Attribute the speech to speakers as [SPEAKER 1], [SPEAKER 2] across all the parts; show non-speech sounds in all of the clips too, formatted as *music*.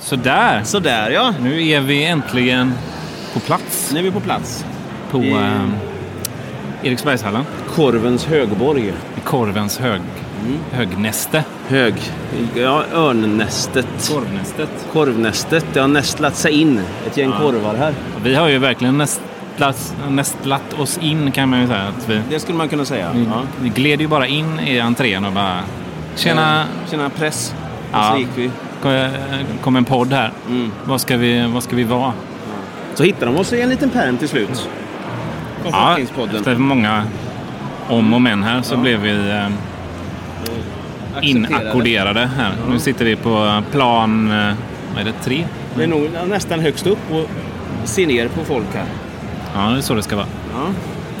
[SPEAKER 1] Sådär!
[SPEAKER 2] Sådär ja,
[SPEAKER 1] Nu är vi äntligen på plats
[SPEAKER 2] nu är vi på plats.
[SPEAKER 1] på
[SPEAKER 2] I-
[SPEAKER 1] eh, Eriksbergshallen.
[SPEAKER 2] Korvens högborg.
[SPEAKER 1] I korvens hög,
[SPEAKER 2] Mm.
[SPEAKER 1] högnäste.
[SPEAKER 2] Hög. Ja, örnnästet.
[SPEAKER 1] Korvnästet.
[SPEAKER 2] Korvnästet. Det har nästlat sig in ett gäng korvar här.
[SPEAKER 1] Vi har ju verkligen nästlat, nästlat oss in kan man ju säga. Att vi,
[SPEAKER 2] Det skulle man kunna säga.
[SPEAKER 1] vi,
[SPEAKER 2] Ja.
[SPEAKER 1] vi gled ju bara in i entrén och bara Tjena!
[SPEAKER 2] Tjena, press. Och
[SPEAKER 1] Ja.
[SPEAKER 2] så gick vi.
[SPEAKER 1] Kom, kom en podd här.
[SPEAKER 2] Mm.
[SPEAKER 1] Vad ska vi, vad ska vi vara?
[SPEAKER 2] Så hittade de oss i en liten pärm till slut. Från Flockingspodden.
[SPEAKER 1] efter många om och men här så blev vi eh,
[SPEAKER 2] Accepterade.
[SPEAKER 1] inackorderade här. Nu sitter vi på plan, eh, vad är det, tre?
[SPEAKER 2] Det är nog nästan högst upp och ser ner på folk här.
[SPEAKER 1] Ja, det är så det ska vara.
[SPEAKER 2] Ja.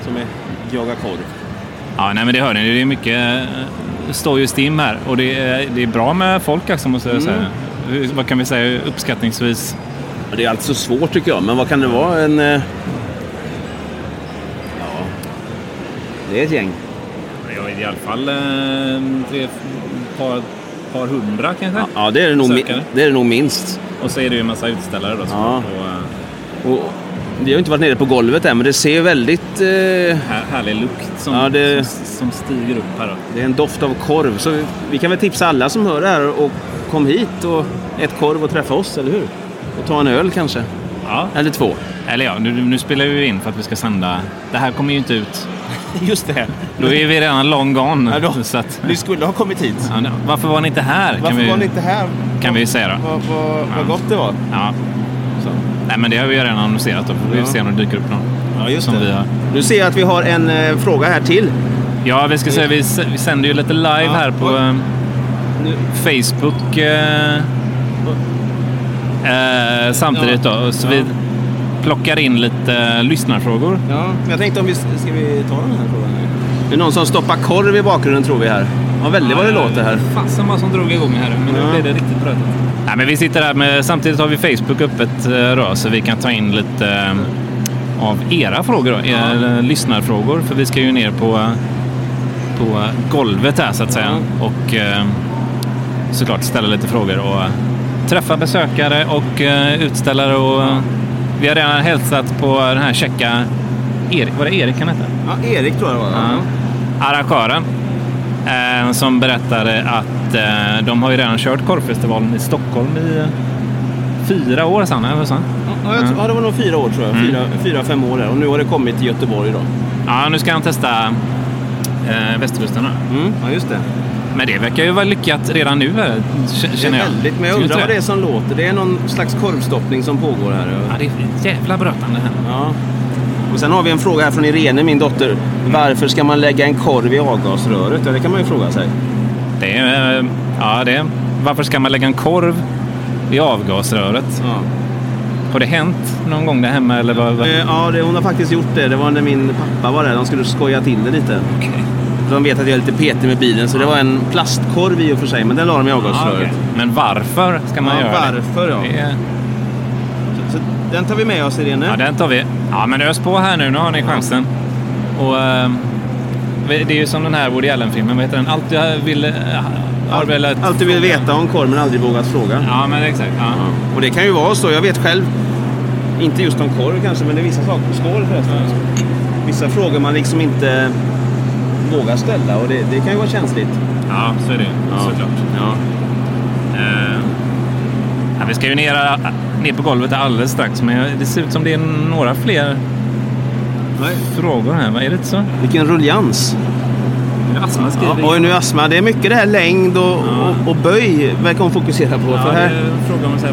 [SPEAKER 2] Som är jagar korv.
[SPEAKER 1] Ja, nej men det hör ni, det är mycket, eh, står ju stim här och det är, det är bra med folk också måste jag säga. Hur- Vad kan vi säga uppskattningsvis?
[SPEAKER 2] Det är alltså svårt tycker jag, men vad kan det vara? En... eh, Ja. Det är ett gäng.
[SPEAKER 1] Ja, i alla fall eh, tre, par, par hundra kanske.
[SPEAKER 2] Ja, det är det nog,
[SPEAKER 1] Sökare.
[SPEAKER 2] mi- det är det nog minst.
[SPEAKER 1] Och så är det ju en massa utställare då.
[SPEAKER 2] som Ja. är
[SPEAKER 1] eh,
[SPEAKER 2] Och vi har ju inte varit nere på golvet än, men det ser väldigt... Eh,
[SPEAKER 1] här, härlig lukt som,
[SPEAKER 2] Ja, det-
[SPEAKER 1] som, som stiger upp här. Då.
[SPEAKER 2] det är en doft av korv, så vi, vi kan väl tipsa alla som hör det här och kom hit och ät korv och träffa oss, eller hur? Och ta en öl kanske,
[SPEAKER 1] Ja.
[SPEAKER 2] eller två.
[SPEAKER 1] Eller ja, nu, nu spelar vi in för att vi ska sända. Det här kommer ju inte ut.
[SPEAKER 2] *laughs* Just det.
[SPEAKER 1] Då är vi redan long gone.
[SPEAKER 2] Ja, då.
[SPEAKER 1] så att,
[SPEAKER 2] Ni skulle ha kommit hit.
[SPEAKER 1] ja, nej, varför var ni inte här? kan vi,
[SPEAKER 2] här?
[SPEAKER 1] kan vi säga då.
[SPEAKER 2] Vad, vad,
[SPEAKER 1] Ja.
[SPEAKER 2] gott det var.
[SPEAKER 1] Ja.
[SPEAKER 2] Så.
[SPEAKER 1] Nej, men det har vi ju redan annonserat. Då får vi
[SPEAKER 2] Ja.
[SPEAKER 1] se om det dyker upp någon.
[SPEAKER 2] Ja, just
[SPEAKER 1] som
[SPEAKER 2] det.
[SPEAKER 1] Vi har.
[SPEAKER 2] Nu ser jag att vi har en eh, fråga här till.
[SPEAKER 1] Ja, vi ska säga vi, s- vi sänder ju lite live
[SPEAKER 2] Ja,
[SPEAKER 1] här på
[SPEAKER 2] vad-
[SPEAKER 1] eh,
[SPEAKER 2] Nu-
[SPEAKER 1] Facebook. Eh, eh, samtidigt då. Så vi plockar in lite eh, lyssnarfrågor.
[SPEAKER 2] Ja, jag tänkte om vi... Ska vi ta den här frågan nu? Det är någon som stoppar korv i bakgrunden tror vi här. Ja, väldigt vad det låter här.
[SPEAKER 1] Fasen vad som drog igång här men
[SPEAKER 2] nu blev
[SPEAKER 1] det riktigt trött. Nej, men vi sitter här med, samtidigt har vi Facebook öppet eh, då, så vi kan ta in lite eh, av era frågor då, era lyssnarfrågor. För vi ska ju ner på, eh, på eh, golvet här så att säga och eh, såklart ställa lite frågor och eh, träffa besökare och eh, utställare. Och, eh, Vi har redan hälsat på den här tjecka Erik, var det Erik han hette?
[SPEAKER 2] Ja, Erik tror jag det var.
[SPEAKER 1] Ja. Arrangören eh, som berättade att eh, de har ju redan kört korvfestivalen i Stockholm i eh, fyra år sedan. Eller så.
[SPEAKER 2] Ja, jag, tror- ja, det var nog fyra år tror jag. Fyra, fyra fem år där. Och nu har det kommit till Göteborg då.
[SPEAKER 1] Ja, nu ska han testa eh, västkusten. här.
[SPEAKER 2] Ja, just Mm. det.
[SPEAKER 1] Men det verkar ju vara lyckat redan nu, eh, k-
[SPEAKER 2] Det är
[SPEAKER 1] känner jag.
[SPEAKER 2] väldigt, men jag
[SPEAKER 1] Skulle
[SPEAKER 2] undrar
[SPEAKER 1] tro
[SPEAKER 2] vad det är som låter. Det är någon slags korvstoppning som pågår här.
[SPEAKER 1] Ja, det är jävla brötande här.
[SPEAKER 2] Ja. Och sen har vi en fråga här från Irene, min dotter. Varför ska man lägga en korv i avgasröret? Ja, det kan man ju fråga sig.
[SPEAKER 1] Det är, eh, ja, det är, varför ska man lägga en korv i avgasröret?
[SPEAKER 2] Ja.
[SPEAKER 1] Har det hänt någon gång där hemma? Eller vad, vad?
[SPEAKER 2] Eh, Ja, det, hon har faktiskt gjort det. Det var när min pappa var där. De skulle skoja till det lite. De vet att jag är lite petig med bilen, så det var en plastkorv i och för sig, men den la de i
[SPEAKER 1] Ja,
[SPEAKER 2] avgasröret.
[SPEAKER 1] okej. Men varför ska man
[SPEAKER 2] Ah, Ja,
[SPEAKER 1] göra det?
[SPEAKER 2] varför, ja.
[SPEAKER 1] det? är-
[SPEAKER 2] Så, så den tar vi med oss, Irene.
[SPEAKER 1] Ja, den tar vi. Ja, men ös på här nu. Nu har ni chansen. Och, ehm, det är ju som den här Woody Allen-filmen. Vad heter den? Allt jag vill... eh, har
[SPEAKER 2] Allt-
[SPEAKER 1] velat
[SPEAKER 2] Allt du vill
[SPEAKER 1] fråga.
[SPEAKER 2] veta om korv, men aldrig vågat fråga.
[SPEAKER 1] Ja, men exakt. Ja.
[SPEAKER 2] Och det kan ju vara så. Jag vet själv, inte just om korv kanske, men det är vissa saker. Skål förresten. Vissa frågor man liksom inte vågar ställa och det, det kan ju vara känsligt.
[SPEAKER 1] ja, så är det ju, såklart.
[SPEAKER 2] Ja.
[SPEAKER 1] Eh, ja, vi ska ju ner, ner på golvet alldeles strax, men jag- det ser ut som det är några fler frågor här. Vad Är det inte så?
[SPEAKER 2] Vilken rullians.
[SPEAKER 1] Asma
[SPEAKER 2] Ja, oj, nu är astma. Det är mycket det här längd och, och, och böj verkar hon fokusera på. för här,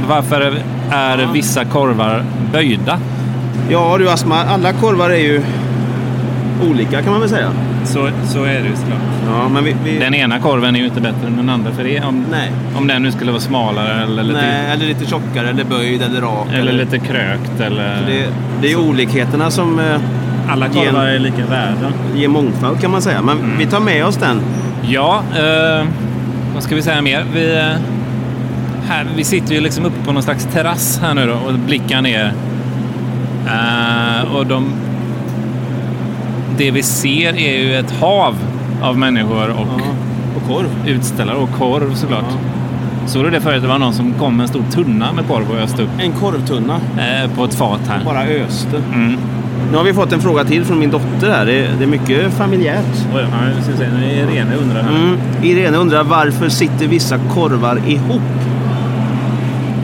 [SPEAKER 1] Varför är- är vissa korvar böjda?
[SPEAKER 2] ja du astma, alla korvar är ju olika kan man väl säga.
[SPEAKER 1] Så, så är det ju såklart.
[SPEAKER 2] Ja, men vi, vi,
[SPEAKER 1] Den ena korven är ju inte bättre än den andra för det. Om,
[SPEAKER 2] Nej.
[SPEAKER 1] om den nu skulle vara smalare eller lite,
[SPEAKER 2] nej, eller lite tjockare, eller böjd, eller rak.
[SPEAKER 1] eller lite krökt. Eller...
[SPEAKER 2] det, det är ju olikheterna som eh,
[SPEAKER 1] Alla
[SPEAKER 2] korvar
[SPEAKER 1] är lika värda.
[SPEAKER 2] ger mångfald kan man säga. Men
[SPEAKER 1] Mm.
[SPEAKER 2] vi tar med oss den.
[SPEAKER 1] Ja, eh, vad ska vi säga mer? Vi, eh, här, vi sitter ju liksom uppe på någon slags terrass här nu då och blickar ner. Eh, och de, det vi ser är ju ett hav av människor och
[SPEAKER 2] Och korv.
[SPEAKER 1] utställare och korv såklart. Såg du det förut? Det var någon som kom med en stor tunna med korv och öste upp
[SPEAKER 2] En korvtunna
[SPEAKER 1] eh, på ett fat här.
[SPEAKER 2] bara öste.
[SPEAKER 1] Mm.
[SPEAKER 2] Nu har vi fått en fråga till från min dotter här. Det är, det är mycket familjärt.
[SPEAKER 1] Oj, ja, jag ska se. Nu är Irene undrar här.
[SPEAKER 2] Mm. Irene undrar varför sitter vissa korvar ihop?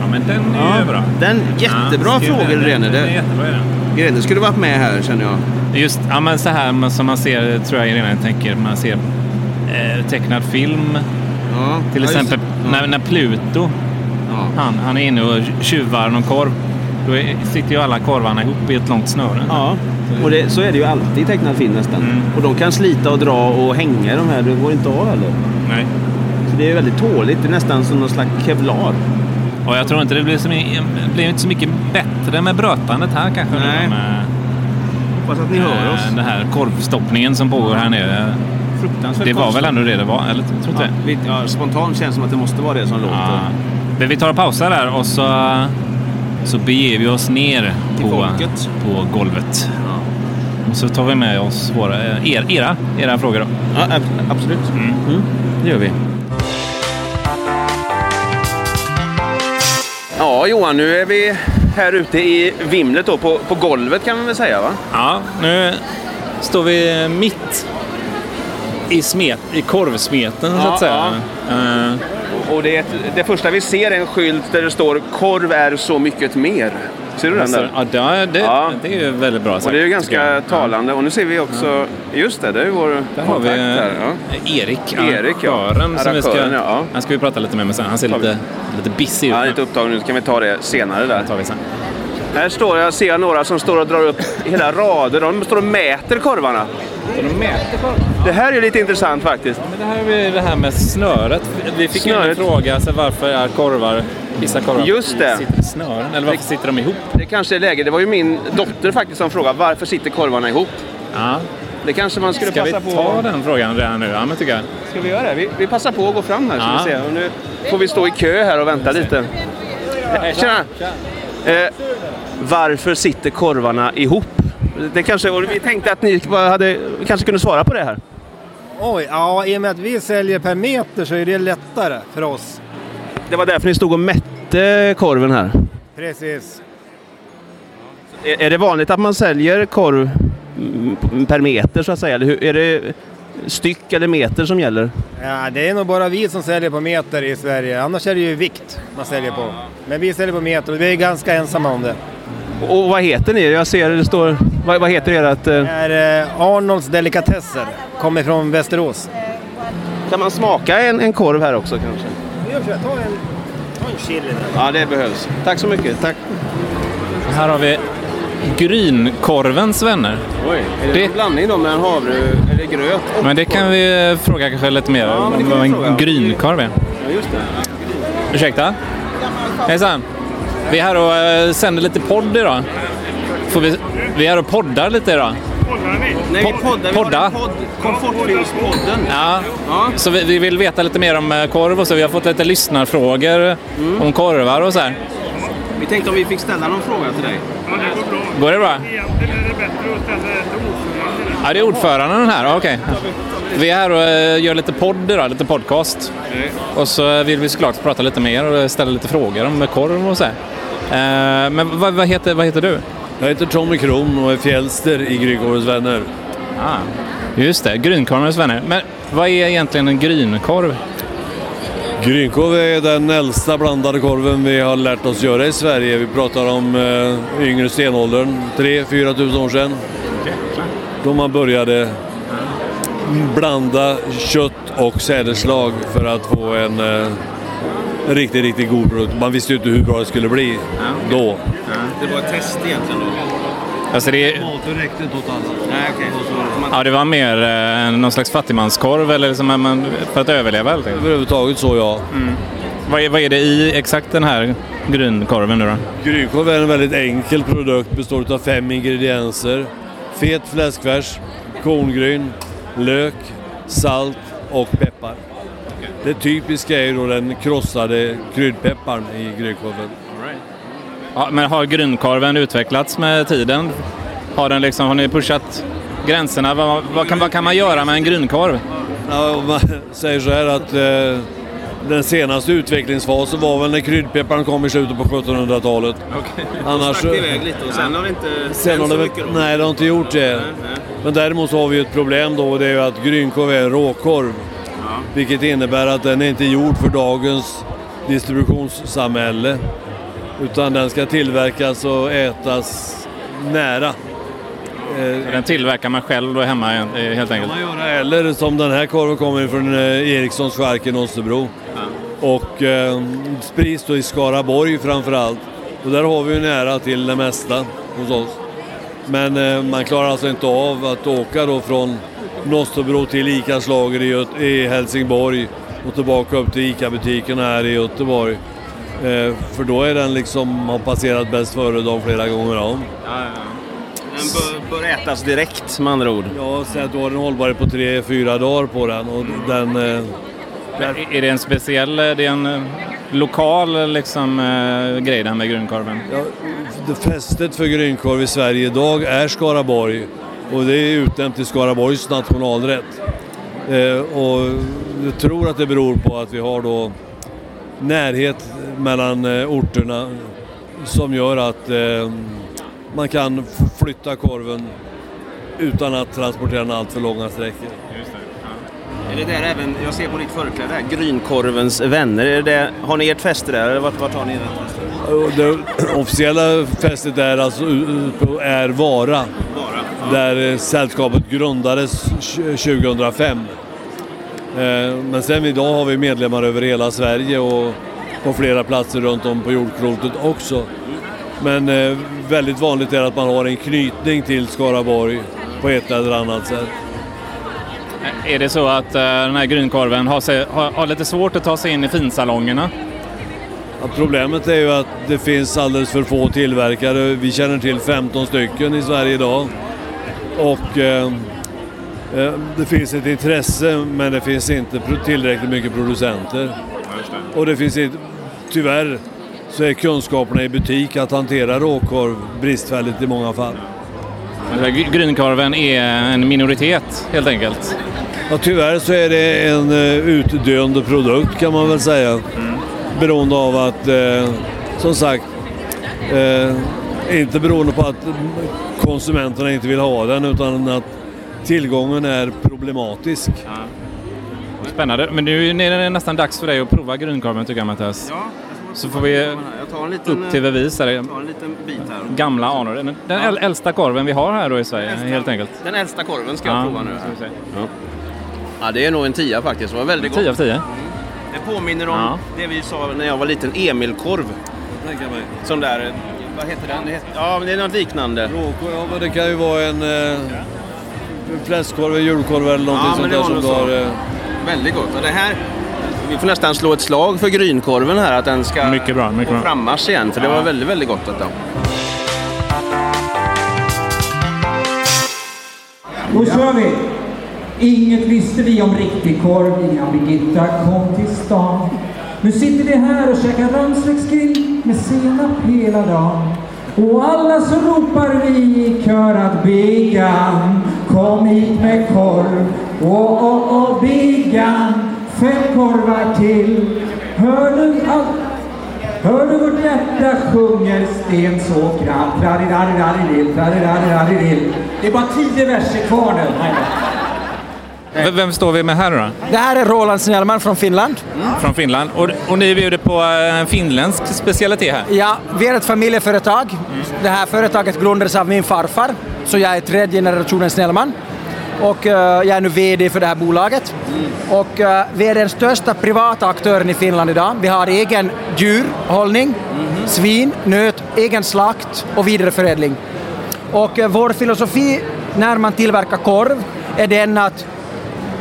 [SPEAKER 1] Ja, men den är ju bra.
[SPEAKER 2] Den jättebra
[SPEAKER 1] Ja, skriv
[SPEAKER 2] fråga
[SPEAKER 1] den.
[SPEAKER 2] Irene.
[SPEAKER 1] Den, den är
[SPEAKER 2] Det-
[SPEAKER 1] jättebra, Irene.
[SPEAKER 2] Irene skulle varit med här känner jag.
[SPEAKER 1] Just, ja men så här men som man ser, tror jag Irene tänker, man ser eh, tecknad film.
[SPEAKER 2] Ja,
[SPEAKER 1] Till
[SPEAKER 2] ja, just
[SPEAKER 1] exempel
[SPEAKER 2] det.
[SPEAKER 1] när, när Pluto,
[SPEAKER 2] Ja.
[SPEAKER 1] han, han är inne och tjuvar någon korv. Då är, sitter ju alla korvarna ihop i ett långt snöre.
[SPEAKER 2] Ja, och det, så är det ju alltid i tecknad film nästan.
[SPEAKER 1] Mm.
[SPEAKER 2] Och de kan slita och dra och hänga de här, det går inte av heller.
[SPEAKER 1] Nej.
[SPEAKER 2] Så det är väldigt tåligt, det är nästan som någon slags kevlar.
[SPEAKER 1] Och jag tror inte det blir, så, mi- blir inte så mycket bättre med brötandet här kanske. nu
[SPEAKER 2] Nej.
[SPEAKER 1] Med,
[SPEAKER 2] Hoppas att ni hör oss.
[SPEAKER 1] eh, den här korvstoppningen som pågår här nere.
[SPEAKER 2] Fruktansvärt
[SPEAKER 1] Det var väl
[SPEAKER 2] konstigt.
[SPEAKER 1] ändå det det var, eller tror du inte
[SPEAKER 2] ja,
[SPEAKER 1] det?
[SPEAKER 2] vi- ja, Spontant känns det som att det måste vara det som
[SPEAKER 1] Ja.
[SPEAKER 2] låter.
[SPEAKER 1] Men vi tar och pausar där och så, så beger vi oss ner
[SPEAKER 2] Till
[SPEAKER 1] på,
[SPEAKER 2] folket.
[SPEAKER 1] på golvet.
[SPEAKER 2] Ja.
[SPEAKER 1] Och så tar vi med oss våra, eh, er, era, era frågor. Då.
[SPEAKER 2] Ja, ab- absolut.
[SPEAKER 1] Mm.
[SPEAKER 2] Mm, det gör vi. Ja, Johan, nu är vi här ute i vimlet då, på, på golvet kan man väl säga va?
[SPEAKER 1] Ja, nu står vi mitt i, smet, i korvsmeten så
[SPEAKER 2] Ja,
[SPEAKER 1] att säga. Eh,
[SPEAKER 2] Och det, är ett, det första vi ser är en skylt där det står “Korv är så mycket mer”. Ser du den
[SPEAKER 1] så-
[SPEAKER 2] där?
[SPEAKER 1] ja, det, det,
[SPEAKER 2] Ja.
[SPEAKER 1] det är ju väldigt bra sagt.
[SPEAKER 2] Och det är ju
[SPEAKER 1] tycker
[SPEAKER 2] ganska
[SPEAKER 1] jag.
[SPEAKER 2] talande. Och nu ser vi också, just det, det är ju vår
[SPEAKER 1] Där har
[SPEAKER 2] kontakt
[SPEAKER 1] vi
[SPEAKER 2] där. Ja.
[SPEAKER 1] eh, Erik,
[SPEAKER 2] Erik, ja.
[SPEAKER 1] arrangören, som vi ska,
[SPEAKER 2] Arrangören, ja.
[SPEAKER 1] han ska vi prata lite med, men sen, han ser
[SPEAKER 2] Tar vi.
[SPEAKER 1] lite, lite busy ut.
[SPEAKER 2] Han är
[SPEAKER 1] nu.
[SPEAKER 2] lite upptagen nu, så kan vi ta det senare där.
[SPEAKER 1] Det tar vi sen.
[SPEAKER 2] Här står jag, ser jag några som står och drar upp hela rader. De står och mäter korvarna. Det här är lite intressant faktiskt.
[SPEAKER 1] Men det här är ju det här med snöret. Vi fick ju en
[SPEAKER 2] Snöret.
[SPEAKER 1] fråga, alltså varför är korvar, vissa korvar
[SPEAKER 2] Just det.
[SPEAKER 1] sitter i snören? Eller varför sitter de ihop?
[SPEAKER 2] Det kanske är läge. Det var ju min dotter faktiskt som frågade varför sitter korvarna ihop?
[SPEAKER 1] Ja.
[SPEAKER 2] Det kanske man skulle
[SPEAKER 1] Ska vi
[SPEAKER 2] passa på.
[SPEAKER 1] ta den frågan redan nu? Ja, men tycker jag.
[SPEAKER 2] Ska vi göra det? Vi, vi passar på att gå fram här
[SPEAKER 1] Ja.
[SPEAKER 2] ska vi se. Och nu får vi stå i kö här och vänta lite. Eh, Tjena! Eh, varför sitter korvarna ihop? Det kanske, och vi tänkte att ni bara hade, kanske kunde svara på det här.
[SPEAKER 3] Oj, ja i och med att vi säljer per meter så är det lättare för oss.
[SPEAKER 2] Det var därför ni stod och mätte korven här.
[SPEAKER 3] Precis.
[SPEAKER 2] Är, är det vanligt att man säljer korv mm, per meter så att säga? Eller hur, är det styck eller meter som gäller?
[SPEAKER 3] Ja, det är nog bara vi som säljer på meter i Sverige, annars är det ju vikt man säljer på. Men vi säljer på meter och vi är ganska ensamma om det.
[SPEAKER 2] Och vad heter ni? Jag ser det står... Vad, vad heter ert... eh,
[SPEAKER 3] Det är eh, Arnolds Delikatesser, kommer från Västerås.
[SPEAKER 2] Kan man smaka en, en korv här också kanske?
[SPEAKER 3] Ta en, ta en chili.
[SPEAKER 2] Ja, det behövs. Tack så mycket. Tack.
[SPEAKER 1] Här har vi Grynkorvens vänner.
[SPEAKER 2] Oj, är
[SPEAKER 1] Det-
[SPEAKER 2] en blandning då med en havre eller gröt? och
[SPEAKER 1] Men det kan
[SPEAKER 2] korv?
[SPEAKER 1] vi eh, fråga kanske lite mer
[SPEAKER 2] Ja, men det
[SPEAKER 1] om
[SPEAKER 2] kan
[SPEAKER 1] vad
[SPEAKER 2] vi fråga.
[SPEAKER 1] en grynkorv är.
[SPEAKER 2] Ja, just det.
[SPEAKER 1] Ursäkta? Hejsan! Vi är här och eh, sänder lite podd idag. Får vi, vi är här och poddar lite idag.
[SPEAKER 2] Nej,
[SPEAKER 1] Pod-
[SPEAKER 2] poddar.
[SPEAKER 1] podda.
[SPEAKER 2] Podd, Komfortfilmspodden.
[SPEAKER 1] Ja.
[SPEAKER 2] Ja.
[SPEAKER 1] Så vi, vi vill veta lite mer om eh, korv och så. Vi har fått lite lyssnarfrågor
[SPEAKER 4] Mm.
[SPEAKER 1] om korvar och så här.
[SPEAKER 2] Vi tänkte om vi fick ställa någon fråga till dig.
[SPEAKER 4] Ja, det går bra.
[SPEAKER 1] Går det bra?
[SPEAKER 4] Egentligen är det bättre att ställa det till ordföranden.
[SPEAKER 1] Ja, det är ordföranden här. Ja, Okej. Vi är här och eh, gör lite podd idag, lite podcast. Och så vill vi såklart prata lite mer och ställa lite frågor om korv och så här. Eh, Men vad, vad, heter, vad heter du?
[SPEAKER 5] Jag heter Tommy Kron och är fjällster i Grygårdens vänner.
[SPEAKER 1] Ah, just det, Grynkorvens vänner. Men vad är egentligen en grynkorv?
[SPEAKER 5] Grynkorv är den äldsta blandade korven vi har lärt oss göra i Sverige. Vi pratar om eh, yngre stenåldern, 3-4 tusen år sedan. Då man började blanda kött och sädesslag för att få en eh, riktigt, riktigt god produkt. Man visste ju inte hur bra det skulle bli då.
[SPEAKER 2] Det var ett test egentligen då.
[SPEAKER 1] Alltså det,
[SPEAKER 5] Maten räckte inte åt alla.
[SPEAKER 2] Nej, okej. *laughs*
[SPEAKER 1] ja, det var mer eh, någon slags fattigmanskorv eller som man, för att överleva. helt enkelt.
[SPEAKER 5] Överhuvudtaget så ja.
[SPEAKER 1] Vad är, vad är det i exakt den här grynkorven nu då?
[SPEAKER 5] Grynkorv är en väldigt enkel produkt, består av fem ingredienser. Fet fläskfärs, korngryn, lök, salt och peppar. Det typiska är ju då den krossade kryddpepparn i grynkorven.
[SPEAKER 1] Ja, men har grynkorven utvecklats med tiden? Har, den liksom, har ni pushat
[SPEAKER 5] *laughs*
[SPEAKER 1] gränserna? Vad, vad, kan, vad kan man göra med en grynkorv?
[SPEAKER 5] Ja, om man säger så här att eh, Den senaste utvecklingsfasen var väl när kryddpepparn kom i slutet på 1700-talet.
[SPEAKER 2] Okay.
[SPEAKER 5] Annars-
[SPEAKER 2] Annars... iväg lite och sen har det inte
[SPEAKER 5] Sen
[SPEAKER 2] hänt
[SPEAKER 5] har
[SPEAKER 2] så
[SPEAKER 5] det väl,
[SPEAKER 2] mycket. då.
[SPEAKER 5] nej, det har inte gjort det.
[SPEAKER 2] nej.
[SPEAKER 5] Men däremot så har vi ju ett problem då och det är ju att grynkorv är en råkorv. Vilket innebär att den är inte gjord för dagens distributionssamhälle. Utan den ska tillverkas och ätas nära. Eh,
[SPEAKER 1] Den tillverkar man själv då hemma eh, helt
[SPEAKER 5] kan
[SPEAKER 1] enkelt.
[SPEAKER 5] man göra. Eller som den här korven kommer från eh, Erikssons chark i Nålsebro. Och eh, sprids då i Skaraborg framförallt. Och där har vi ju nära till det mesta hos oss. Men eh, man klarar alltså inte av att åka då från Nålsebro till Icas lager i, Göte- i Helsingborg och tillbaka upp till Ica-butikerna här i Göteborg. Eh, för då är den liksom, har passerat bäst före-dag flera gånger om.
[SPEAKER 2] Ja, ja, ja. Den bör, bör ätas direkt med andra ord.
[SPEAKER 5] Ja, så att du har en hållbarhet på tre, fyra dagar på den. Och den eh,
[SPEAKER 1] Är det en speciell, eh, det är en eh, lokal eh, liksom, eh, grej där med grynkorven?
[SPEAKER 5] ja, det fästet för grynkorv i Sverige idag är Skaraborg. Och det är utnämnt till Skaraborgs nationalrätt. Eh, och jag tror att det beror på att vi har då närhet mellan eh, orterna som gör att eh, man kan f- flytta korven utan att transportera den allt för långa sträckor.
[SPEAKER 2] Är det där även, jag ser på ditt förkläde här, Grynkorvens vänner. Är det, har ni ert fäste där eller vart, vart har ni ert fäste?
[SPEAKER 5] Och Det officiella fästet är alltså är Vara,
[SPEAKER 2] Bara.
[SPEAKER 5] där eh, sällskapet grundades tj- 2005. Eh, Men sen idag har vi medlemmar över hela Sverige och på flera platser runt om på jordklotet också. Men eh, väldigt vanligt är att man har en knytning till Skaraborg på ett eller annat sätt.
[SPEAKER 1] Är det så att eh, den här grynkorven har, sig, har, har lite svårt att ta sig in i finsalongerna?
[SPEAKER 5] Ja, Problemet är ju att det finns alldeles för få tillverkare. Vi känner till 15 stycken i Sverige idag. Och eh, eh, det finns ett intresse men det finns inte pro- tillräckligt mycket producenter. Och det finns inte, tyvärr så är kunskaperna i butik att hantera råkorv bristfälligt i många fall.
[SPEAKER 1] Alltså, gr- Grynkorven är en minoritet helt enkelt.
[SPEAKER 5] Ja, tyvärr så är det en eh, utdöende produkt kan man väl säga. Beroende av att, eh, som sagt, eh, inte beroende på att mm, konsumenterna inte vill ha den utan att tillgången är problematisk.
[SPEAKER 1] Spännande. Men nu är det nästan dags för dig att prova grynkorven tycker jag Mattias.
[SPEAKER 2] Ja, jag
[SPEAKER 1] Så får vi
[SPEAKER 2] jag tar en liten,
[SPEAKER 1] upp till bevis. Här.
[SPEAKER 2] tar en liten bit här.
[SPEAKER 1] Gamla anor. Den den äl- äldsta korven vi har här då i Sverige helt enkelt.
[SPEAKER 2] Den äldsta korven ska
[SPEAKER 1] Ja,
[SPEAKER 2] jag prova nu.
[SPEAKER 1] ska vi se.
[SPEAKER 2] Ja, det är nog en tia faktiskt. Det var väldigt gott.
[SPEAKER 1] 10 av 10.
[SPEAKER 2] Det påminner om
[SPEAKER 1] Ja.
[SPEAKER 2] det vi sa när jag var liten, Emilkorv. Sån där, eh, vad heter den? Det heter, ja, men det är något liknande.
[SPEAKER 5] Råkorv, ja, men det kan ju vara en eh, fläskkorv, en julkorv eller någonting
[SPEAKER 2] Ja,
[SPEAKER 5] sånt
[SPEAKER 2] men det
[SPEAKER 5] där
[SPEAKER 2] var
[SPEAKER 5] som
[SPEAKER 2] nog
[SPEAKER 5] du
[SPEAKER 2] så.
[SPEAKER 5] har. Eh,
[SPEAKER 2] Väldigt gott. Och det här, vi får nästan slå ett slag för grynkorven här, att den ska
[SPEAKER 1] Mycket bra, mycket
[SPEAKER 2] på
[SPEAKER 1] bra.
[SPEAKER 2] frammarsch igen. För det var väldigt, väldigt gott detta.
[SPEAKER 6] Då kör vi! Inget visste vi om riktig korv innan Birgitta kom till stan. Nu sitter vi här och käkar rönnslöksgrill med senap hela dagen. Och alla så ropar vi i kör att Began, kom hit med korv. Åh, åh, åh, Began, fem korvar till. Hör du allt? Hör du vårt hjärta sjunger sten så grann Tradillaridaridill, tradillaridaridill Det är bara tio verser kvar nu.
[SPEAKER 1] V- Vem står vi med här då?
[SPEAKER 7] Det här är Roland Snellman från Finland.
[SPEAKER 1] Från Finland. Och, och ni bjuder på eh, en finländsk specialitet här.
[SPEAKER 7] Ja, vi är ett familjeföretag. Det här företaget grundades av min farfar, så jag är tredje generationens Snellman. Och eh, jag är nu VD för det här bolaget. Och eh, vi är den största privata aktören i Finland idag. Vi har egen djurhållning, svin, nöt, egen slakt och vidareförädling. Och eh, vår filosofi när man tillverkar korv är den att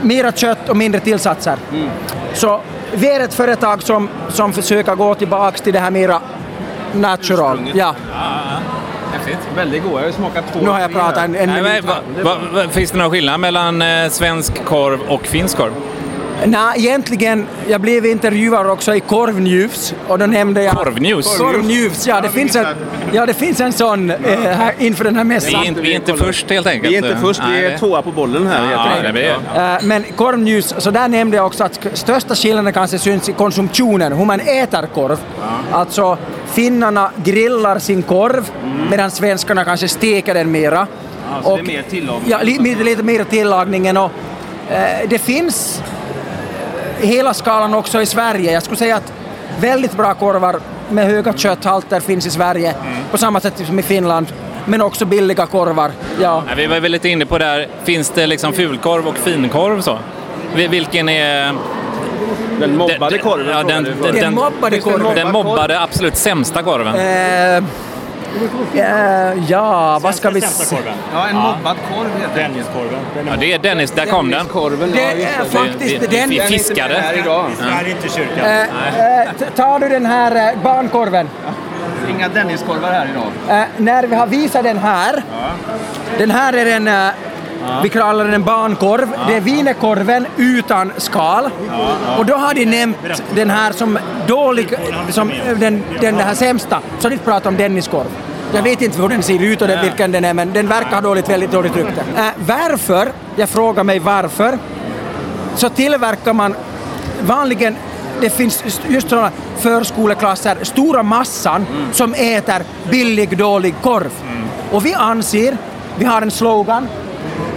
[SPEAKER 7] mera kött och mindre tillsatser. Så vi är ett företag som, som försöker gå tillbaka till det här mera natural. Ja,
[SPEAKER 2] Väldigt god. Jag har ju smakat två.
[SPEAKER 7] nu har jag
[SPEAKER 2] tre
[SPEAKER 7] pratat
[SPEAKER 2] här.
[SPEAKER 7] en, en
[SPEAKER 1] Nej,
[SPEAKER 7] minut.
[SPEAKER 1] men, va, va, va, finns det någon skillnad mellan eh, svensk korv och finsk korv?
[SPEAKER 7] Nej, egentligen, jag blev intervjuad också i Korvnjufs och då nämnde jag...
[SPEAKER 1] Korvnews.
[SPEAKER 7] Korvnjufs, ja det, finns en, ja, det finns en sån eh, här, inför den här
[SPEAKER 1] Vi
[SPEAKER 7] mässan.
[SPEAKER 1] är inte, vi är inte först helt enkelt.
[SPEAKER 2] Vi är inte först, vi
[SPEAKER 1] Nej,
[SPEAKER 2] är
[SPEAKER 1] det-
[SPEAKER 2] tvåa på bollen här. helt
[SPEAKER 1] Ja,
[SPEAKER 2] enkelt.
[SPEAKER 1] det blir
[SPEAKER 7] Eh, Men korvnjus, så där nämnde jag också att största skillnaden kanske syns i konsumtionen, hur man äter korv. Alltså finnarna grillar sin korv medan svenskarna kanske steker den mera.
[SPEAKER 2] Mm. så det är mer tillagning.
[SPEAKER 7] Ja, li, lite, lite mer tillagningen och eh, det finns eh, hela skalan också i Sverige. Jag skulle säga att väldigt bra korvar med höga kötthalter finns i Sverige
[SPEAKER 2] Mm.
[SPEAKER 7] på samma sätt som i Finland. Men också billiga korvar. Ja.
[SPEAKER 1] Nej, vi var väl lite inne på det här, finns det liksom fulkorv och finkorv så? Vi- Vilken är...
[SPEAKER 2] Den mobbade
[SPEAKER 1] den-
[SPEAKER 2] korven
[SPEAKER 1] ja, den,
[SPEAKER 2] frågade du
[SPEAKER 1] den,
[SPEAKER 2] förut.
[SPEAKER 7] Den mobbade
[SPEAKER 1] den-
[SPEAKER 7] korven.
[SPEAKER 1] Den mobbade absolut sämsta korven.
[SPEAKER 7] Eh, eh, ja, vad ska vi
[SPEAKER 8] Sämsta
[SPEAKER 7] säga?
[SPEAKER 8] korven.
[SPEAKER 2] Ja, en mobbad korv heter den.
[SPEAKER 8] Denniskorven. Den är
[SPEAKER 1] Ja, det är Dennis, där kom den.
[SPEAKER 2] Korven, ja,
[SPEAKER 7] Det
[SPEAKER 2] just
[SPEAKER 7] är
[SPEAKER 2] det.
[SPEAKER 1] Vi-
[SPEAKER 7] faktiskt
[SPEAKER 1] vi-
[SPEAKER 7] den.
[SPEAKER 1] vi
[SPEAKER 2] Den är inte
[SPEAKER 1] fiskade.
[SPEAKER 2] med här idag.
[SPEAKER 8] Det här är inte kyrkan.
[SPEAKER 7] Eh, eh, t- tar du den här eh, barnkorven?
[SPEAKER 2] Inga Denniskorvar här idag.
[SPEAKER 7] Eh, när vi har visat den här. Den här är en, eh, vi kallar den en barnkorv. Det är vinekorven utan skal. Och då har de nämnt den här som dålig, som den, den här sämsta. Så de pratar om Denniskorv. Jag vet inte hur den ser ut och den, vilken den är, men den verkar ha dåligt, väldigt dåligt rykte. Eh, varför, jag frågar mig varför, så tillverkar man vanligen, det finns st- just sådana förskoleklasser, stora massan som äter billig dålig korv. Och vi anser, vi har en slogan,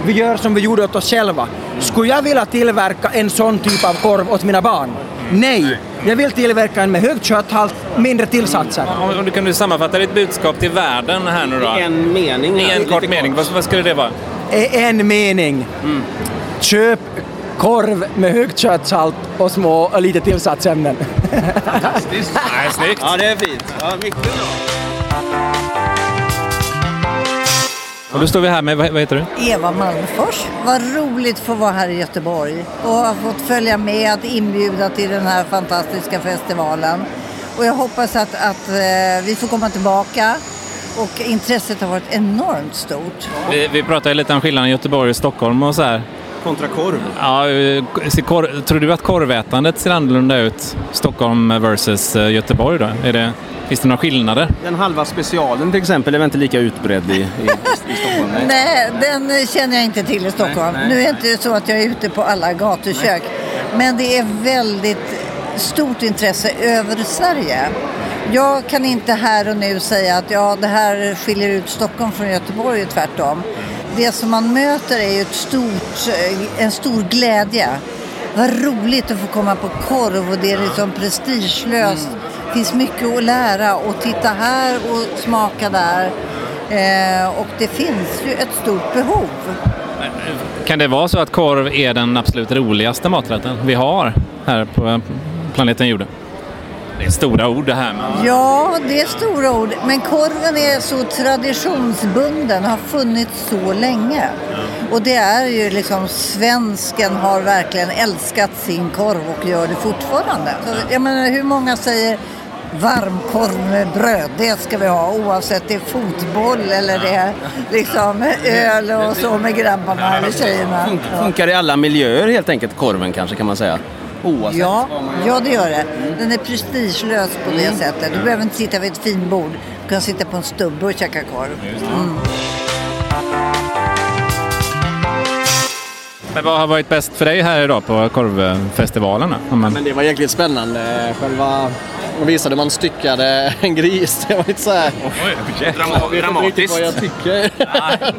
[SPEAKER 7] vi gör som vi gjorde åt oss själva. Skulle jag vilja tillverka en sån typ av korv åt mina barn? Nej, jag vill tillverka en med hög kötthalt, mindre tillsatser.
[SPEAKER 1] Om, om du kan du sammanfatta ditt budskap till världen här nu då?
[SPEAKER 2] En mening.
[SPEAKER 1] I
[SPEAKER 2] här.
[SPEAKER 1] en
[SPEAKER 2] Lite
[SPEAKER 1] kort mening, vad, vad skulle det
[SPEAKER 2] *laughs*
[SPEAKER 1] vara?
[SPEAKER 7] Är En mening. Köp korv med hög kötthalt och små och lite tillsatsämnen. *laughs*
[SPEAKER 1] Nej, snyggt.
[SPEAKER 2] Ja, det är fint. Ja, mycket bra.
[SPEAKER 1] Och då står vi här med, vad, vad heter du?
[SPEAKER 9] Eva Malmfors. Vad roligt att få vara här i Göteborg och ha fått följa med att inbjuda till den här fantastiska festivalen. Och jag hoppas att, att eh, vi får komma tillbaka och intresset har varit enormt stort.
[SPEAKER 1] Vi, vi pratade lite om skillnaden i Göteborg och Stockholm och så här.
[SPEAKER 2] Kontra korv.
[SPEAKER 1] Ja, eh, ser kor- tror du att korvätandet ser annorlunda ut? Stockholm versus eh, Göteborg då? Är det, finns det några skillnader?
[SPEAKER 2] Den halva specialen till exempel är väl inte lika utbredd i, i, i Stockholm? nej.
[SPEAKER 9] Nej, den känner jag inte till i Stockholm.
[SPEAKER 2] Nej, nej,
[SPEAKER 9] nu är det
[SPEAKER 2] nej.
[SPEAKER 9] inte så att jag är ute på alla gatukök. Men det är väldigt stort intresse över Sverige. Jag kan inte här och nu säga att ja, det här skiljer ut Stockholm från Göteborg och tvärtom. Det som man möter är ju ett stort, eh, en stor glädje. Vad roligt att få komma på korv och det är liksom prestigelöst. Det finns mycket att lära och titta här och smaka där. Eh, och det finns ju ett stort behov.
[SPEAKER 1] Kan det vara så att korv är den absolut roligaste maträtten vi har här på eh, planeten jorden? Det är stora ord det här. Men...
[SPEAKER 9] Ja, det är stora ord. Men korven är så traditionsbunden, har funnits så länge. Och det är ju liksom, svensken har verkligen älskat sin korv och gör det fortfarande. Så, jag menar, hur många säger varmkorv med bröd, det ska vi ha oavsett det är fotboll eller det är liksom öl och så med grabbarna eller tjejerna.
[SPEAKER 2] Fun-
[SPEAKER 9] Ja.
[SPEAKER 2] Funkar i alla miljöer helt enkelt, korven kanske kan man säga. Oavsett.
[SPEAKER 9] Ja, ja det gör det. Den är prestigelös på det sättet. Du behöver inte sitta vid ett finbord. Du kan sitta på en stubbe och käka korv. Mm.
[SPEAKER 1] men vad har varit bäst för dig här idag på korvfestivalen? då? Om man...
[SPEAKER 10] Men det var jäkligt spännande. eh, Själva... De visade man styckade en gris. Det var lite så här...
[SPEAKER 2] Dramatiskt.
[SPEAKER 10] Vad jag tycker.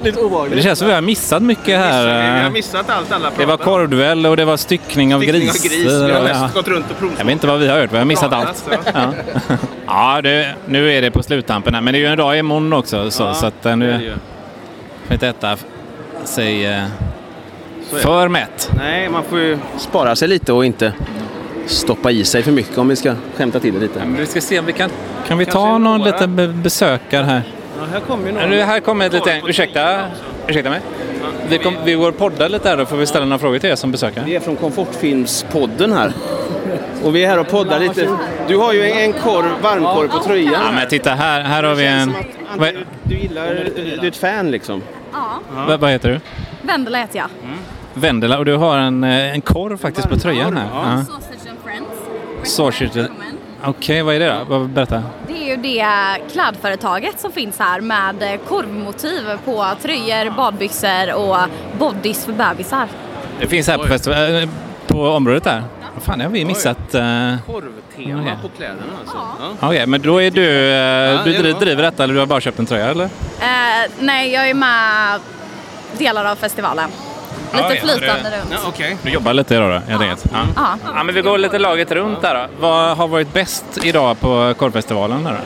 [SPEAKER 10] lite
[SPEAKER 1] Det
[SPEAKER 10] obehagligt.
[SPEAKER 1] känns som vi har missat mycket
[SPEAKER 2] Vi
[SPEAKER 1] här. eh.
[SPEAKER 2] har missat allt alla
[SPEAKER 1] Det var korvduell och det var styckning av
[SPEAKER 2] Styckning av
[SPEAKER 1] gris.
[SPEAKER 2] gris. Vi har
[SPEAKER 1] Ja.
[SPEAKER 2] mest gått runt och
[SPEAKER 1] Jag
[SPEAKER 2] provsmakat.
[SPEAKER 1] vet inte vad vi har hört, vi har missat
[SPEAKER 2] Ja,
[SPEAKER 1] allt.
[SPEAKER 2] alltså.
[SPEAKER 1] Ja, *laughs* ja det, nu är det på sluttampen här, men det är ju en dag imorgon också. Så, så att eh, nu kan inte äta sig eh,
[SPEAKER 2] är det.
[SPEAKER 1] för mätt.
[SPEAKER 2] Nej, man får ju spara sig lite och inte stoppa i sig för mycket om vi ska skämta till det lite.
[SPEAKER 1] Vi ska se om vi kan... Kan vi ta
[SPEAKER 2] Kanske
[SPEAKER 1] någon
[SPEAKER 2] några.
[SPEAKER 1] liten be- besökare här?
[SPEAKER 2] här kommer ju
[SPEAKER 1] Ja, Nu, här kommer ett litet... Ursäkta, ursäkta mig. Vi, kom, vi går och poddar lite här då, får vi ställa några frågor till er som besökare.
[SPEAKER 2] Vi är från Komfortfilmspodden här. Och vi är här och poddar lite. Du har ju en, en korv, varmkorv på tröjan.
[SPEAKER 1] Ja, men titta här, här har vi en... Vad,
[SPEAKER 2] Du gillar, du är ett fan liksom.
[SPEAKER 11] Ja,
[SPEAKER 1] vad- vad heter du?
[SPEAKER 11] Vendela heter jag.
[SPEAKER 1] Vendela och du har en, eh, en korv faktiskt på tröjan här. Ja.
[SPEAKER 8] Sausage and Friends.
[SPEAKER 1] Sausage. Okej, vad är det då? Vad- Berätta.
[SPEAKER 8] Det är ju det klädföretaget som finns här med eh, korvmotiv på tröjor, badbyxor och bodys för bebisar.
[SPEAKER 1] Det finns här på, festival, eh, på området där. Vad fan, det har vi missat. eh.
[SPEAKER 2] Korvtema på kläderna alltså. Ja.
[SPEAKER 1] Okej, men då är du... eh,
[SPEAKER 2] Ja,
[SPEAKER 1] du
[SPEAKER 2] det är
[SPEAKER 1] dri-
[SPEAKER 2] bra.
[SPEAKER 1] driver detta eller du har bara köpt en tröja eller?
[SPEAKER 8] Eh, nej, jag är med delar av festivalen.
[SPEAKER 1] Ja,
[SPEAKER 8] Lite
[SPEAKER 1] ja,
[SPEAKER 8] flytande
[SPEAKER 1] det-
[SPEAKER 8] runt.
[SPEAKER 2] Ja, Okej.
[SPEAKER 1] Du jobbar lite idag då, helt enkelt. Ja.
[SPEAKER 8] Ja.
[SPEAKER 1] Ja, men vi går lite laget runt där då. Vad har varit bäst idag på korvfestivalen? Där då?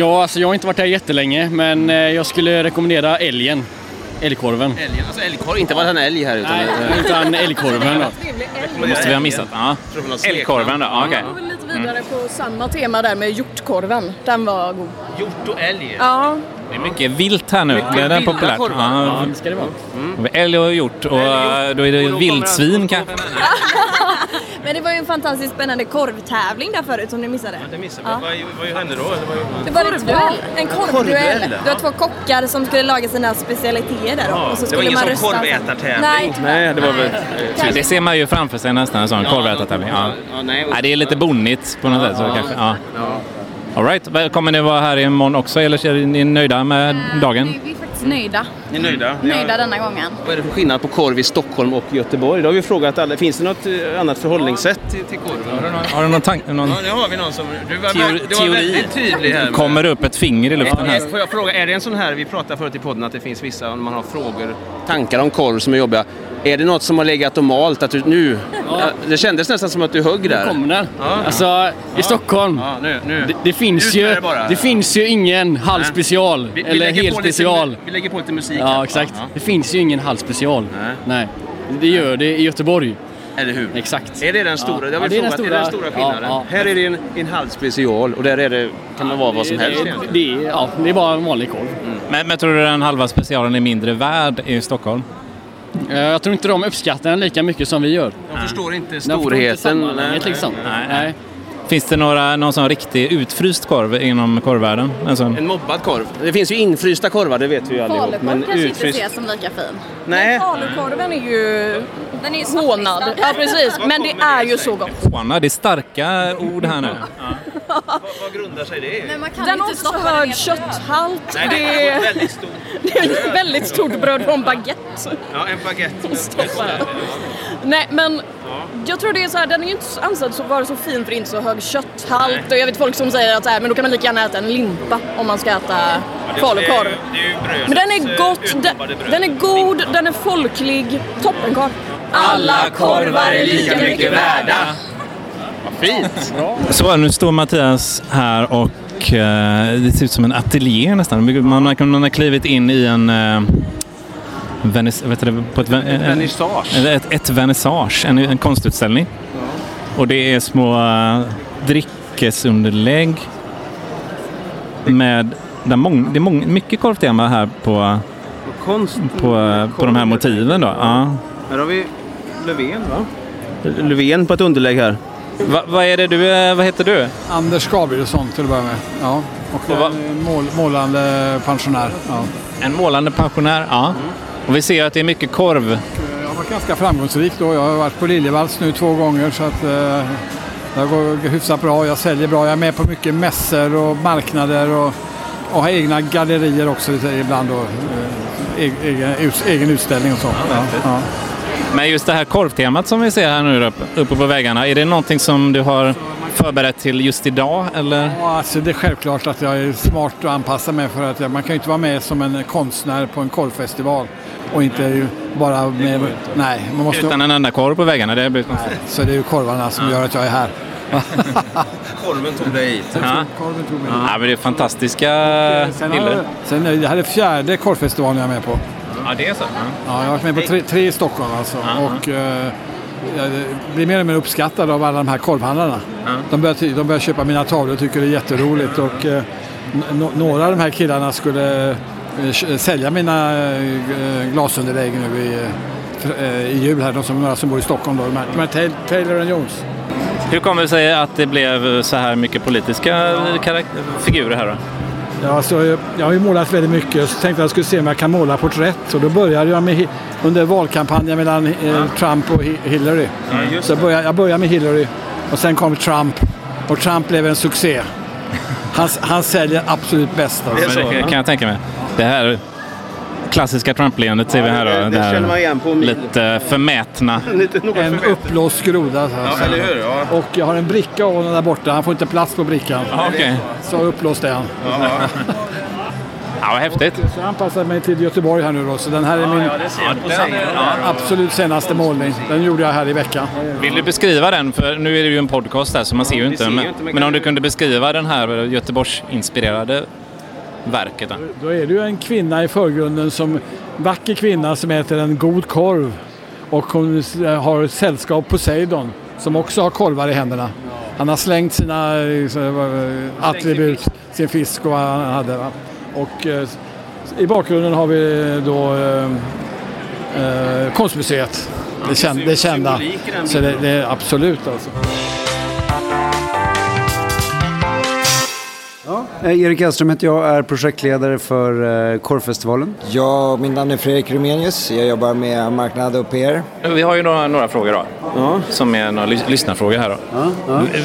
[SPEAKER 10] Ja, alltså jag har inte varit här jättelänge, men eh, jag skulle rekommendera älgen. Älgkorven.
[SPEAKER 2] Älgen, alltså älgkorv. Inte var det en älg här utan...
[SPEAKER 10] Nej, utan älgkorven. Då.
[SPEAKER 1] Det måste vi ha missat. Ja. Älgkorven då? Ja, okej.
[SPEAKER 8] går lite
[SPEAKER 1] Mm.
[SPEAKER 8] vidare på samma tema där med hjortkorven. Den var god.
[SPEAKER 2] Hjort och älg.
[SPEAKER 8] Ja,
[SPEAKER 1] Det är mycket vilt här nu.
[SPEAKER 2] Mycket
[SPEAKER 1] är den
[SPEAKER 2] vilda
[SPEAKER 1] populärt?
[SPEAKER 2] korvar.
[SPEAKER 1] Ja. Mm.
[SPEAKER 10] Det ska det vara.
[SPEAKER 1] Älg och hjort och eh, då alltså är det vildsvin kanske?
[SPEAKER 8] men det var ju en fantastiskt spännande korvtävling där förut som ni missade.
[SPEAKER 2] Vad hände då?
[SPEAKER 8] Det var en duell. En korvduell. Det var två kockar som skulle laga sina specialiteter där och så
[SPEAKER 2] det var
[SPEAKER 8] skulle
[SPEAKER 2] ingen
[SPEAKER 8] man
[SPEAKER 2] sån
[SPEAKER 8] rösta.
[SPEAKER 2] korvätartävling.
[SPEAKER 8] Nej, tyvärr.
[SPEAKER 2] Nej, det var väl- eh,
[SPEAKER 8] Kanske
[SPEAKER 1] Det ser man ju framför sig nästan, en sån korvätartävling. Ja.
[SPEAKER 2] Ja, nej, och-
[SPEAKER 1] Ja, det är lite bonnigt på något sätt. Så kanske, ja. All right. Kommer ni vara här imorgon också eller är ni nöjda med dagen?
[SPEAKER 8] Vi är faktiskt nöjda.
[SPEAKER 2] Ni är nöjda?
[SPEAKER 8] Nöjda denna gången.
[SPEAKER 2] Vad är det för skillnad på korv i Stockholm och Göteborg? Då har vi frågat alla. Finns det något eh, annat förhållningssätt till, till korven?
[SPEAKER 1] Har du någon tanke? Någon...
[SPEAKER 2] nu har vi någon som... Du var,
[SPEAKER 1] Teori-
[SPEAKER 2] du var väldigt tydlig här. med-
[SPEAKER 1] Kommer upp ett finger i luften här.
[SPEAKER 2] Eh, Får jag fråga, är det en sån här, vi pratade förut i podden att det finns vissa, om man har frågor, tankar om korv som är jobbiga. Är det något som har legat och malt? Att du, nu, ja. Det kändes nästan som att du högg där.
[SPEAKER 10] Kommer den?
[SPEAKER 2] Ja.
[SPEAKER 10] Alltså, i Stockholm.
[SPEAKER 2] Ja, nu, nu.
[SPEAKER 10] Det, det, finns
[SPEAKER 2] Ut med
[SPEAKER 10] ju,
[SPEAKER 2] det bara.
[SPEAKER 10] det finns ju ingen halvspecial
[SPEAKER 2] Vi- vi
[SPEAKER 10] eller
[SPEAKER 2] lägger på
[SPEAKER 10] helt
[SPEAKER 2] lite-
[SPEAKER 10] special.
[SPEAKER 2] Vi lägger på lite musik. här.
[SPEAKER 10] Ja, exakt.
[SPEAKER 2] Ja,
[SPEAKER 10] Det finns ju ingen halvspecial.
[SPEAKER 2] Nej.
[SPEAKER 10] Nej. Det gör det i Göteborg.
[SPEAKER 2] ja. Eller hur?
[SPEAKER 10] Exakt.
[SPEAKER 2] Är det den stora? Jag vill
[SPEAKER 10] Ja, det är den
[SPEAKER 2] fråga, är det den
[SPEAKER 10] stora-
[SPEAKER 2] stora skillnaden?
[SPEAKER 10] ja, ja.
[SPEAKER 2] Här är det en, en halv special och där är det, kan man vara vad som helst
[SPEAKER 10] det,
[SPEAKER 2] egentligen.
[SPEAKER 10] det, är- ja, det är bara en vanlig korv.
[SPEAKER 1] Men, men tror du den halva specialen är mindre värd i Stockholm?
[SPEAKER 10] Eh, Jag tror inte de uppskattar den lika mycket som vi gör.
[SPEAKER 2] Jag förstår inte
[SPEAKER 10] De förstår inte
[SPEAKER 2] storheten.
[SPEAKER 10] sammanhanget, liksom.
[SPEAKER 1] Nej, nej.
[SPEAKER 10] Nej.
[SPEAKER 1] Finns det några, någon sån riktig utfryst korv inom korvvärlden? En sån?
[SPEAKER 2] En mobbad korv. Det finns ju infrysta korvar, det vet vi ju allihop.
[SPEAKER 8] Falukorv kanske inte
[SPEAKER 2] utfryst-
[SPEAKER 8] ses som lika fin.
[SPEAKER 2] Nej.
[SPEAKER 8] Falukorven är ju hånad. Ja precis, men det är ju så gott.
[SPEAKER 1] Fåna, det är starka ord här nu.
[SPEAKER 2] Vad grundar sig det i?
[SPEAKER 8] Den har så hög kötthalt. Det är *laughs*
[SPEAKER 2] Väldigt stort.
[SPEAKER 8] ett väldigt stort bröd på en baguette.
[SPEAKER 2] Ja, en baguette.
[SPEAKER 8] Nej men jag tror det är så här, den är ju inte ansedd att vara så fin för inte så hög kötthalt och jag vet folk som säger att så här, men då kan man lika gärna äta en limpa om man ska äta falukorv. Men den är gott, den, den är god, den är folklig, toppenkorv. Alla korvar är lika mycket värda.
[SPEAKER 2] Fint!
[SPEAKER 1] Så, nu står Mattias här och eh, det ser ut som en ateljé nästan. Man har, man har klivit in i en... Eh, venis, vet du, det, på ett, ven- eh,
[SPEAKER 2] Vernissage.
[SPEAKER 1] ett, ett vernissage, en, en konstutställning. Och det är små eh, dryckesunderlägg. Med, där mång, det är mång, mycket korvtema här på,
[SPEAKER 2] Konst.
[SPEAKER 1] på, eh, på de här motiven. Då. Ja.
[SPEAKER 2] Här har vi Löfven va? Löfven på ett underlägg här.
[SPEAKER 1] Va, vad är det du, eh, vad heter du?
[SPEAKER 11] Anders Gabrielsson till att börja med. Ja. Och
[SPEAKER 1] Och va-
[SPEAKER 11] en eh, mål, målande pensionär. Ja.
[SPEAKER 1] En målande pensionär, ja. Och vi ser att det är mycket korv.
[SPEAKER 11] Jag har varit ganska framgångsrik då. Jag har varit på Liljevalchs nu två gånger så att eh, jag går hyfsat bra. Jag säljer bra. Jag är med på mycket mässor och marknader och, och har egna gallerier också ibland. Då. Eh, e- Egen, ut- egen utställning och så. Ja, ja.
[SPEAKER 1] Men just det här korvtemat som vi ser här nu uppe, uppe på väggarna, är det någonting som du har förberett till just idag? Eller?
[SPEAKER 11] Ja, alltså det är självklart att jag är smart och anpassar mig för att jag, man kan ju inte vara med som en konstnär på en korvfestival och inte ju bara med... Nej, man måste...
[SPEAKER 1] Utan en enda korv på väggarna, det blir konstigt.
[SPEAKER 11] Nej, så det är ju korvarna som gör att jag är här.
[SPEAKER 2] Korven tog dig hit.
[SPEAKER 1] Ja.
[SPEAKER 11] Korven tog mig
[SPEAKER 1] Ja, men det är fantastiska
[SPEAKER 11] Sen, har
[SPEAKER 1] bilder.
[SPEAKER 11] jag, sen är det här är fjärde korvfestivalen jag är med på.
[SPEAKER 1] Ja, det är så.
[SPEAKER 11] Ja, jag har varit med på tre, tre i Stockholm alltså. Och, eh, jag blir mer och mer uppskattad av alla de här korvhandlarna. De, börjar, ty- de börjar köpa mina tavlor och tycker det är jätteroligt. Och, eh, no, några av de här killarna skulle eh, kö- sälja mina eh, glasunderlägg nu i, eh, för- eh, i jul här. De som, några som bor i Stockholm då. De här, de här Tay- Taylor and Jones.
[SPEAKER 1] Hur kommer det sig att det blev så här mycket politiska karak- figurer här då?
[SPEAKER 11] Ja, så eh, jag har ju målat väldigt mycket så tänkte jag att jag skulle se om jag kan måla porträtt. Och då började jag med, Hi- under valkampanjen mellan eh, Trump och Hi- Hillary.
[SPEAKER 12] Ja, just
[SPEAKER 11] så jag
[SPEAKER 12] det.
[SPEAKER 11] började, jag började med Hillary och sen kom Trump. Och Trump blev
[SPEAKER 12] *laughs*
[SPEAKER 11] en succé. Han, han säljer absolut bäst.
[SPEAKER 1] Men
[SPEAKER 11] Alltså.
[SPEAKER 1] det kan jag tänka mig. Det här klassiska Trump-leendet ser vi här. Då,
[SPEAKER 11] det- det
[SPEAKER 1] här
[SPEAKER 11] känner man igen på min.
[SPEAKER 2] *laughs*
[SPEAKER 1] Lite förmätna.
[SPEAKER 11] En uppblåst groda. så att
[SPEAKER 1] Ja, eller
[SPEAKER 11] säga.
[SPEAKER 1] hur? Ja.
[SPEAKER 11] Och jag har en bricka av honom där borta. Han får inte plats på brickan.
[SPEAKER 1] Ja, okej.
[SPEAKER 11] Så uppblåst är han.
[SPEAKER 1] Ja, vad häftigt.
[SPEAKER 11] Så jag anpassar mig till Göteborg här nu då. Så den här är min absolut senaste målning. Den gjorde jag här i veckan.
[SPEAKER 1] Vill du beskriva den? För nu är det ju en podcast här så man ser ju inte.
[SPEAKER 11] ser ju
[SPEAKER 1] men,
[SPEAKER 11] inte, men-
[SPEAKER 1] men om du kunde beskriva den här Göteborgs-inspirerade verket. Då.
[SPEAKER 11] Då är det ju en kvinna i förgrunden, som vacker kvinna som äter en god korv. Och hon har sällskap Poseidon som också har korvar i händerna. Han har slängt sina eh, så, eh, attribut, sin fisk och vad han hade. Va? Och eh, i bakgrunden har vi då eh, eh, konstmuseet. Det, kän, det kända. Så det, det är absolut alltså.
[SPEAKER 13] Eh, Erik Hellström heter jag är projektledare för eh, Korvfestivalen.
[SPEAKER 14] Ja, mitt namn är Fredrik Rumenius. Jag jobbar med marknad och PR.
[SPEAKER 1] Vi har ju några, några frågor då. Som är några lys- lyssnarfrågor här då.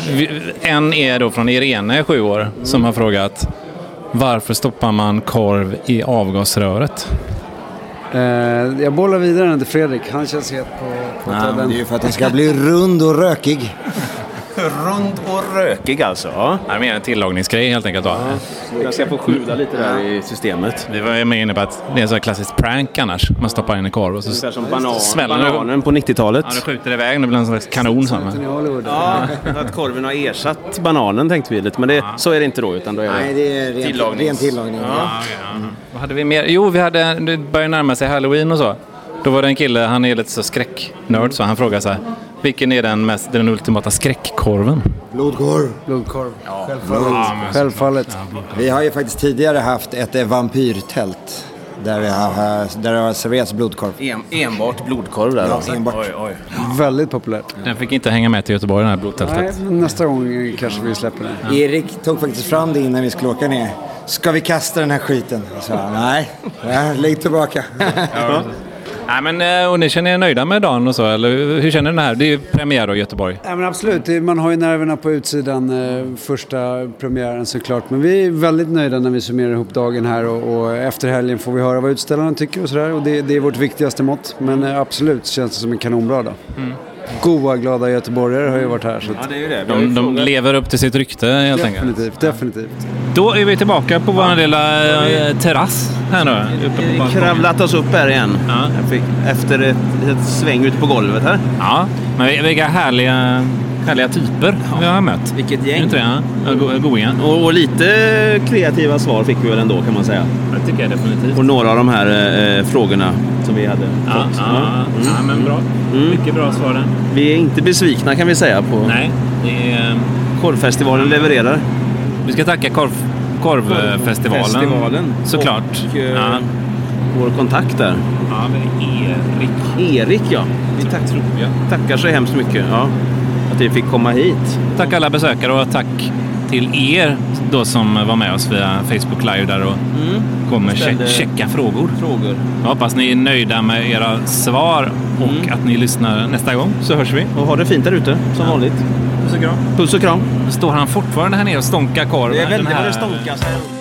[SPEAKER 1] Vi- vi- En är då från Irene, sju år, som har frågat varför stoppar man korv i avgasröret?
[SPEAKER 13] Eh, jag bollar vidare den till Fredrik, han känns het på, på att ta
[SPEAKER 14] Ja,
[SPEAKER 13] den.
[SPEAKER 14] det är ju för att den ska bli rund och rökig.
[SPEAKER 1] Rund och rökig alltså? Ja. Det är mer en tillagningsgrej helt enkelt. Då.
[SPEAKER 2] Jag ska få sjuda lite där i systemet.
[SPEAKER 1] Vi var ju med inne på att det är en sån här klassisk prank annars. Man stoppar in en korv och så
[SPEAKER 2] Ungefär som banan-
[SPEAKER 1] sväller
[SPEAKER 2] bananen på 90-talet.
[SPEAKER 1] Ja, det skjuter iväg. Det blir en sån här kanon. Så här.
[SPEAKER 2] Ja, att korven har ersatt bananen tänkte vi lite, men det, så är det inte då. Utan då är
[SPEAKER 14] Nej, det är rent-
[SPEAKER 2] tillagnings-
[SPEAKER 14] ren tillagning, ja.
[SPEAKER 1] Vad hade vi mer? Jo, vi hade, det börjar närma sig halloween och så. Då var det en kille, han är lite så skräcknörd, så han frågade så här. Vilken är den, mest, den ultimata skräckkorven?
[SPEAKER 14] Blodkorv.
[SPEAKER 13] Blodkorv.
[SPEAKER 1] Självfallet.
[SPEAKER 13] Mm.
[SPEAKER 1] Ja,
[SPEAKER 14] alltså.
[SPEAKER 1] men-
[SPEAKER 14] Självfallet. Vi har ju faktiskt tidigare haft ett eh, vampyrtält där, vi har, där det har serverats blodkorv.
[SPEAKER 2] enbart blodkorv där
[SPEAKER 14] Ja,
[SPEAKER 2] alltså.
[SPEAKER 14] enbart.
[SPEAKER 2] Oj, oj.
[SPEAKER 13] Väldigt populärt.
[SPEAKER 1] Den fick inte hänga med till Göteborg, den här blodtältet.
[SPEAKER 13] Nej, men nästa gång eh, kanske vi släpper den.
[SPEAKER 14] Erik tog faktiskt fram det innan vi skulle åka ner. Ska vi kasta den här skiten? Så, nej, Ja, lägg tillbaka.
[SPEAKER 1] Ja. Nej, men, eh, och ni känner er nöjda med dagen och så, eller hur hur känner ni här? Det är ju premiär då i Göteborg.
[SPEAKER 13] Ja, men absolut, Det- man har ju nerverna på utsidan eh, första premiären såklart. Men vi är väldigt nöjda när vi summerar ihop dagen här och, och efter helgen får vi höra vad utställarna tycker och sådär. Och det, det är vårt viktigaste mått. Men eh, absolut känns det som en kanonbra dag.
[SPEAKER 2] Mm.
[SPEAKER 13] Goa, glada göteborgare har ju varit här. Så att...
[SPEAKER 2] det är ju det.
[SPEAKER 1] De, de lever upp till sitt rykte helt enkelt.
[SPEAKER 13] Definitivt, definitivt.
[SPEAKER 1] Då är vi tillbaka på vår lilla eh, terrass här nu. Uppe på balkongen.
[SPEAKER 2] kravlat oss upp här igen. Jag fick, efter ett, ett sväng ut på golvet här.
[SPEAKER 1] Ja, men vil- vilka härliga, härliga typer vi har mött.
[SPEAKER 2] Vilket gäng.
[SPEAKER 1] Inte det? ja? Go- Goingar.
[SPEAKER 2] Och, och lite kreativa svar fick vi väl ändå kan man säga.
[SPEAKER 1] Det tycker jag definitivt.
[SPEAKER 2] Och några av de här eh, frågorna som vi hade.
[SPEAKER 1] Ja,
[SPEAKER 2] fått.
[SPEAKER 1] ja,
[SPEAKER 2] Mm.
[SPEAKER 1] ja, men bra. Mycket bra svar där.
[SPEAKER 2] Vi är inte besvikna kan vi säga. på
[SPEAKER 1] Nej, det är... ehm,
[SPEAKER 2] Korvfestivalen levererar.
[SPEAKER 1] Vi ska tacka korv, Korvfestivalen.
[SPEAKER 2] Eh, Festivalen.
[SPEAKER 1] Såklart.
[SPEAKER 2] Och, eh,
[SPEAKER 1] ja.
[SPEAKER 2] Vår kontakt där.
[SPEAKER 1] Ja, men Erik.
[SPEAKER 2] Erik ja. Vi tack, tror jag. tackar så hemskt mycket. Ja. Att vi fick komma hit.
[SPEAKER 1] Tack alla besökare och tack till er då som var med oss via Facebook Live där och kommer che-
[SPEAKER 2] Mm. Ställde
[SPEAKER 1] checka frågor.
[SPEAKER 2] frågor.
[SPEAKER 1] Jag hoppas ni är nöjda med era svar och
[SPEAKER 2] Mm.
[SPEAKER 1] att ni lyssnar nästa gång så hörs vi.
[SPEAKER 2] Och ha det fint där ute som vanligt.
[SPEAKER 1] Puss och kram.
[SPEAKER 2] Puss och kram.
[SPEAKER 1] Står han fortfarande här nere och stonkar korven?
[SPEAKER 2] Det är väldigt
[SPEAKER 1] Den här-
[SPEAKER 2] vad det stånkas här.